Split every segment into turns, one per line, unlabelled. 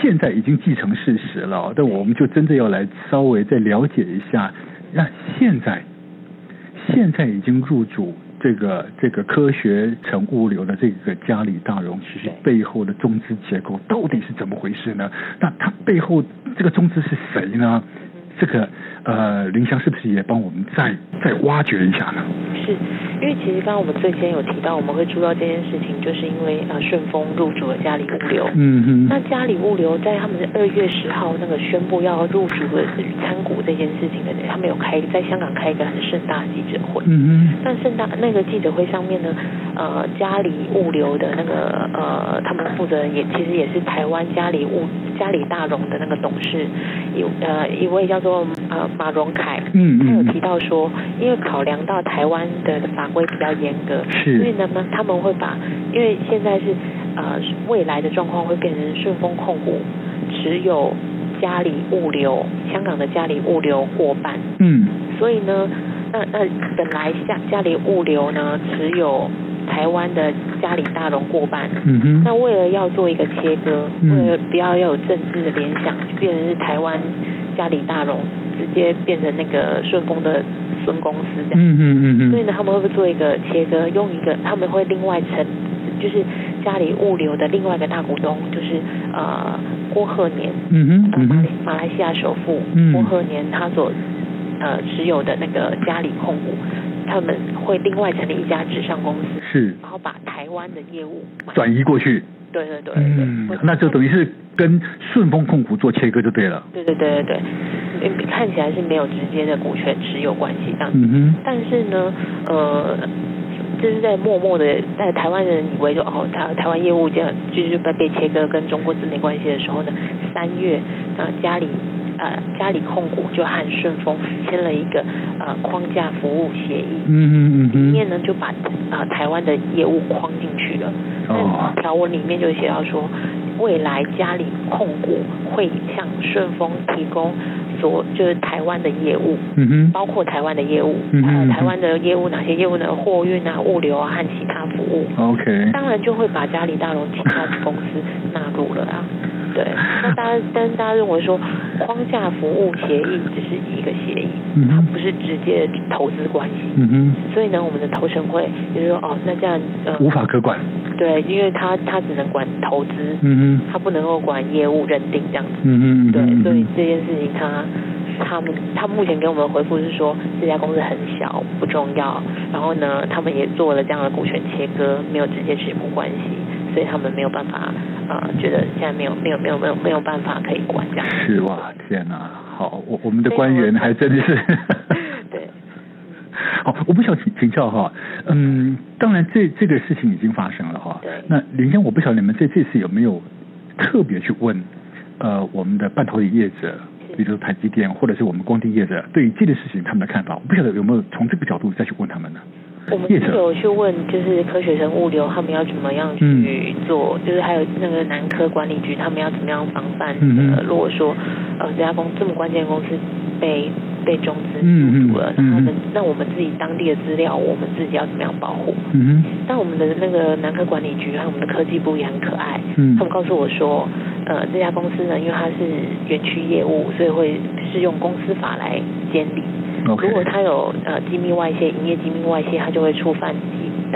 现在已经既成事实了，但我们就真的要来稍微再了解一下，那现在现在已经入主这个这个科学城物流的这个嘉里大荣，其实背后的中资结构到底是怎么回事呢？那它背后这个中资是谁呢？这个呃，林香是不是也帮我们再再挖掘一下呢？
是，因为其实刚刚我们最先有提到，我们会注意到这件事情，就是因为呃顺丰入主了嘉里物流。
嗯
那
哼，
嘉里物流在他们的二月十号那个宣布要入主的参股这件事情的，他们有开在香港开一个很盛大的记者会。
嗯
但盛大那个记者会上面呢，呃，嘉里物流的那个呃，他们负责人也其实也是台湾嘉里物嘉里大荣的那个董事，一呃一位叫做呃马荣凯，
哼，嗯
他有
嗯
提
嗯，
到说，因为考量到台湾的法规比较严格，所
是，
以呢，他们会把，因为现在是呃未来的状况会变成顺丰控股持有嘉里物流香港的嘉里物流过半，
嗯
所以呢，那那本来下嘉里物流呢持有台湾的嘉里大荣过半，
嗯哼，
那为了要做一个切割，
嗯
为了不要要有政治的联想，就变成是台湾嘉里大荣直接变成那个顺丰的孙公司这样。
嗯嗯嗯
所以
嗯，
呢，他们会不会做一个切割，用一个他们会另外成，就是嘉里物流的另外一个大股东，就是呃郭鹤年，
嗯哼嗯
马来
哼，
马来西亚首富
嗯
郭鹤年他所呃持有的那个嘉里控股，他们会另外成立一家纸上公司，
是
然后把台湾的业务买
转移过去，
对对对对，
嗯
会，
那就等于是跟顺丰控股做切割就对了，
对对对对对，嗯看起来是没有直接的股权持有关系这样子，
嗯哼，
但是呢，呃，就是在默默的，在台湾人以为就哦，台台湾业务这样就是被被切割跟中国字没关系的时候呢，三月呃家里呃家里控股就和顺丰签了一个呃框架服务协议，
嗯哼
里
嗯
面呢就把呃台湾的业务框进去了。
哼，哦，
条文里面就写到说，未来嘉里控股会向顺丰提供所就是台湾的业务，
嗯哼，
包括台湾的业务，
嗯
还
嗯嗯
有台湾的业务哪些业务呢？货运啊、物流啊和其他服务，
，OK，
当然就会把嘉里大荣其他的公司纳入了啊。对，那大家，但是大家认为说，框架服务协议只是一个协议，
嗯
它
哼
不是直接的投资关系。
嗯哼，
所以呢，我们的投审会就是说，哦，那这样，呃，
无法可管，
对，因为他他只能管投资，
嗯哼，
他不能够管业务认定这样子。
嗯哼，嗯
对，
哼，
所以这件事情他他们他目前给我们的回复是说这家公司很小不重要，然后呢他们也做了这样的股权切割，没有直接持股关系，所以他们没有办法呃觉得现在没有没有没有没有没有办法可以管这样。
是哇，天哪，好，我我们的官员还真的是。
对，
好，我不想请请教哈，嗯，当然这这个事情已经发生了哈
对。
那林香，我不晓得你们这这次有没有特别去问呃我们的半导体业者，
是
比如说台积电或者是我们光电业者，对于这件事情他们的看法，我不晓得有没有从这个角度再去问他们呢？
我们
业
是
者
有去问，就是科学生物流他们要怎么样
嗯
去做，就是还有那个南科管理局他们要怎么样防范？
嗯嗯
呃，如果说呃这家公这么关键的公司被被中资
嗯嗯
入主了，
嗯嗯
那他们那我们自己当地的资料，我们自己要怎么样保护？
嗯
但我们的那个南科管理局和我们的科技部也很可爱，
哼，嗯
他们告诉我说，呃，这家公司呢，因为它是园区业务，所以会是用公司法来监理。
，OK，
如果它有呃机密外泄、营业机密外泄，它就会触犯机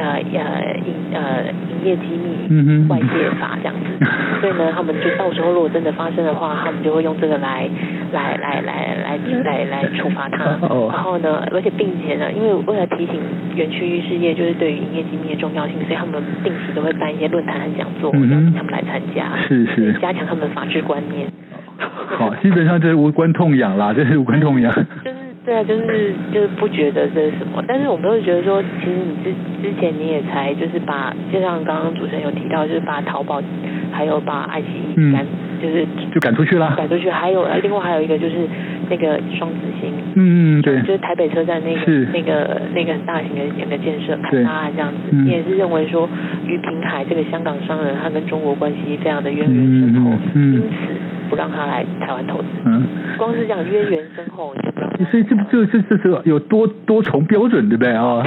呃呃营呃营业机密
嗯
外
哼，
泄法这样子。所以呢，他们就到时候如果真的发生的话，他们就会用这个来来来来来来来处罚他。
哦
然后呢，而且并且呢，因为为了提醒园区事业就是对于营业机密的重要性，所以他们定期都会办一些论坛和讲座，邀
嗯哼
请他们来参加，
是是，
加强他们的法治观念。
好，基本上这是无关痛痒啦，这是无关痛痒，
就是对啊，就是就是不觉得这是什么，但是我们会觉得说，其实你之之前你也才就是把，就像刚刚主持人有提到，就是把淘宝还有把爱奇艺
嗯
赶、就是
就赶出去啦。
赶出去，还有呃另外还有一个就是那个双子星，
嗯，对
就，是台北车站那个
是
那个那个很大型的那个建设
对
砍案这样子，
嗯
你也是认为说于平海这个香港商人他跟中国关系非常的渊源深厚
嗯，
因
嗯
此不让他来台湾投资，
嗯。
光是这样渊源深厚，你就不让他来
所以这
台湾
这这这是有多多重标准，对不对啊？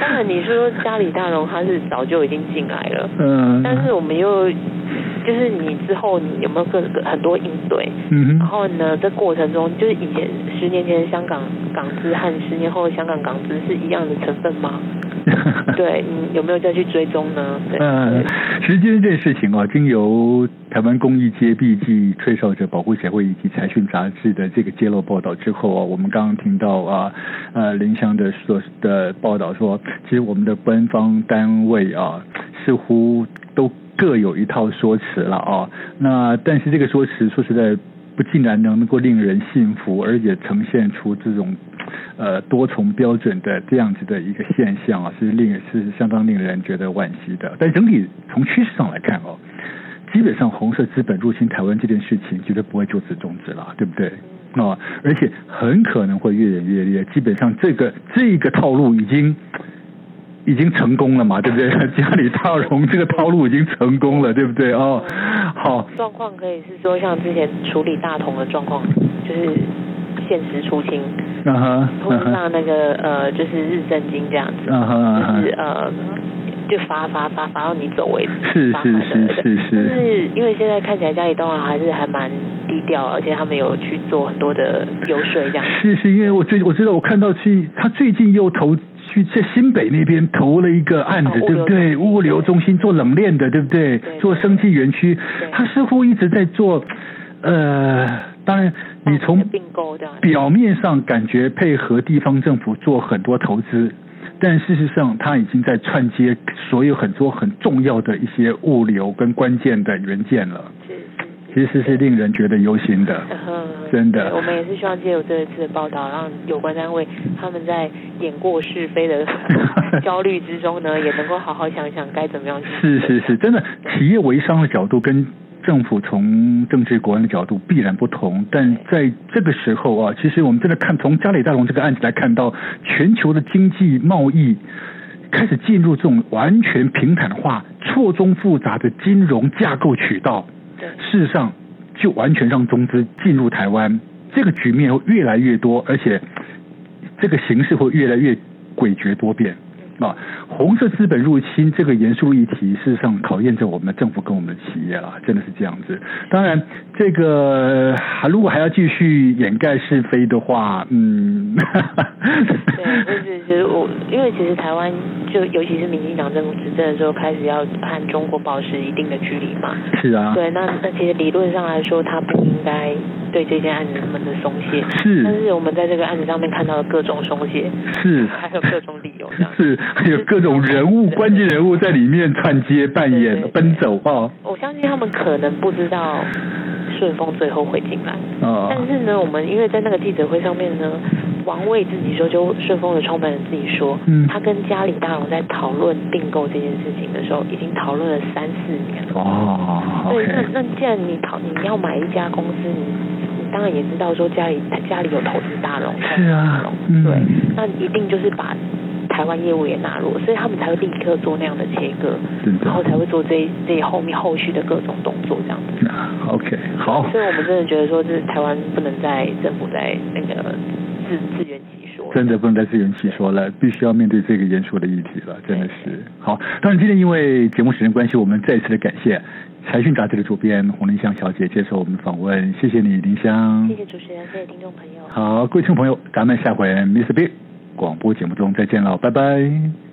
当然，你说家里大荣他是早就已经进来了，
嗯，
但是我们又就是你之后你有没有各个很多应对？
嗯
然
哼，
后呢，这过程中就是以前十年前的香港港资和十年后的香港港资是一样的成分吗？
嗯
对，你有没有再去追踪呢？对，
呃，时间这件事情啊，经由台湾公益街壁暨吹哨者保护协会以及财讯杂志的这个揭露报道之后啊，我们刚刚听到啊，呃林香的所的报道说，其实我们的官方单位啊，似乎都各有一套说辞了啊。那但是这个说辞，说实在。不竟然能够令人信服，而且呈现出这种呃多重标准的这样子的一个现象啊，是令是相当令人觉得惋惜的。但整体从趋势上来看哦，基本上红色资本入侵台湾这件事情绝对不会就此终止了，对不对？啊，而且很可能会越演越烈。基本上这个这个套路已经已经成功了嘛，对不 对？家里大荣这个套路已经成功了，对不对？哦，好，
状况可以是说像之前处理大同的状况，就是限时出清，
嗯哼，
或
嗯
是
哼，
让那个呃就是日正经这样子，
嗯哼，嗯
就
哼
是。呃就罚罚罚罚到你走为止，
是
罚
是
款
是
的
是，
就是是因为现在看起来家里东华还是还蛮低调，而且他们有去做很多的游说这样。
是是因为我最我知道我看到去他最近又投去在新北那边投了一个案子，
哦物
对不对？
流中
啊
心
物流中心做冷链的，对不对？
对
做生技园区
对，
他似乎一直在做，呃，当然你从
并购这样。
表面上感觉配合地方政府做很多投资，但事实上它已经在串接所有很多很重要的一些物流跟关键的元件了，
是是。
其实是令人觉得忧心的。
嗯
真的
对我们也是希望借由这一次的报道，让有关单位他们在演过是非的 焦虑之中呢，也能够好好想想该怎么样去。
是是是，真的，企业微商的角度跟政府从政治国安的角度必然不同，但在这个时候啊，其实我们真的看从加里大龙这个案子来看到，全球的经济贸易开始进入这种完全平坦化、错综复杂的金融架构渠道，
对。
事实上就完全让中资进入台湾，这个局面会越来越多，而且这个形势会越来越诡谲多变。啊，红色资本入侵这个严肃议题，事实上考验着我们的政府跟我们的企业啦，真的是这样子。当然，这个还如果还要继续掩盖是非的话，嗯，
对，就是就是我，因为其实台湾就尤其是民进党政府执政的时候，开始要和中国保持一定的距离嘛。
是啊，
对，那那其实理论上来说，他不应该对这件案子那么的松懈，但
是
是我们在这个案子上面看到了各种松懈，
是
还有各种理由这样。
是，还有各种人物关键人物在里面串接扮
对
演
对
奔走哦，
我相信他们可能不知道顺丰最后会进来，
啊、
但是呢，我们因为在那个记者会上面呢，王卫自己说，就顺丰的创办人自己说，
嗯
他跟家里大龙在讨论并购这件事情的时候，已经讨论了三四年了。
哦
对，嗯
，OK，
那那既然你讨你要买一家公司，你你当然也知道说家里他家里有投资大龙，
是啊
投资
嗯
大龙对，那一定就是把台湾业务也纳入，所以他们才会立刻做那样的切割，
真
然后
的
才会做这一这一后面后续的各种动作这样子。
，OK，好。
所以我们真的觉得说，这台湾不能在政府在那个自自圆其说。
真的不能再自圆其说了，必须要面对这个严肃的议题了，真的是。好，当然今天因为节目时间关系，我们再一次的感谢财讯杂志的主编洪林香小姐接受我们的访问，谢谢你，林香
谢。谢主持人，谢谢听众朋友。
好，各位听众朋友，咱们下回 Miss Big 广播节目中再见了，拜拜。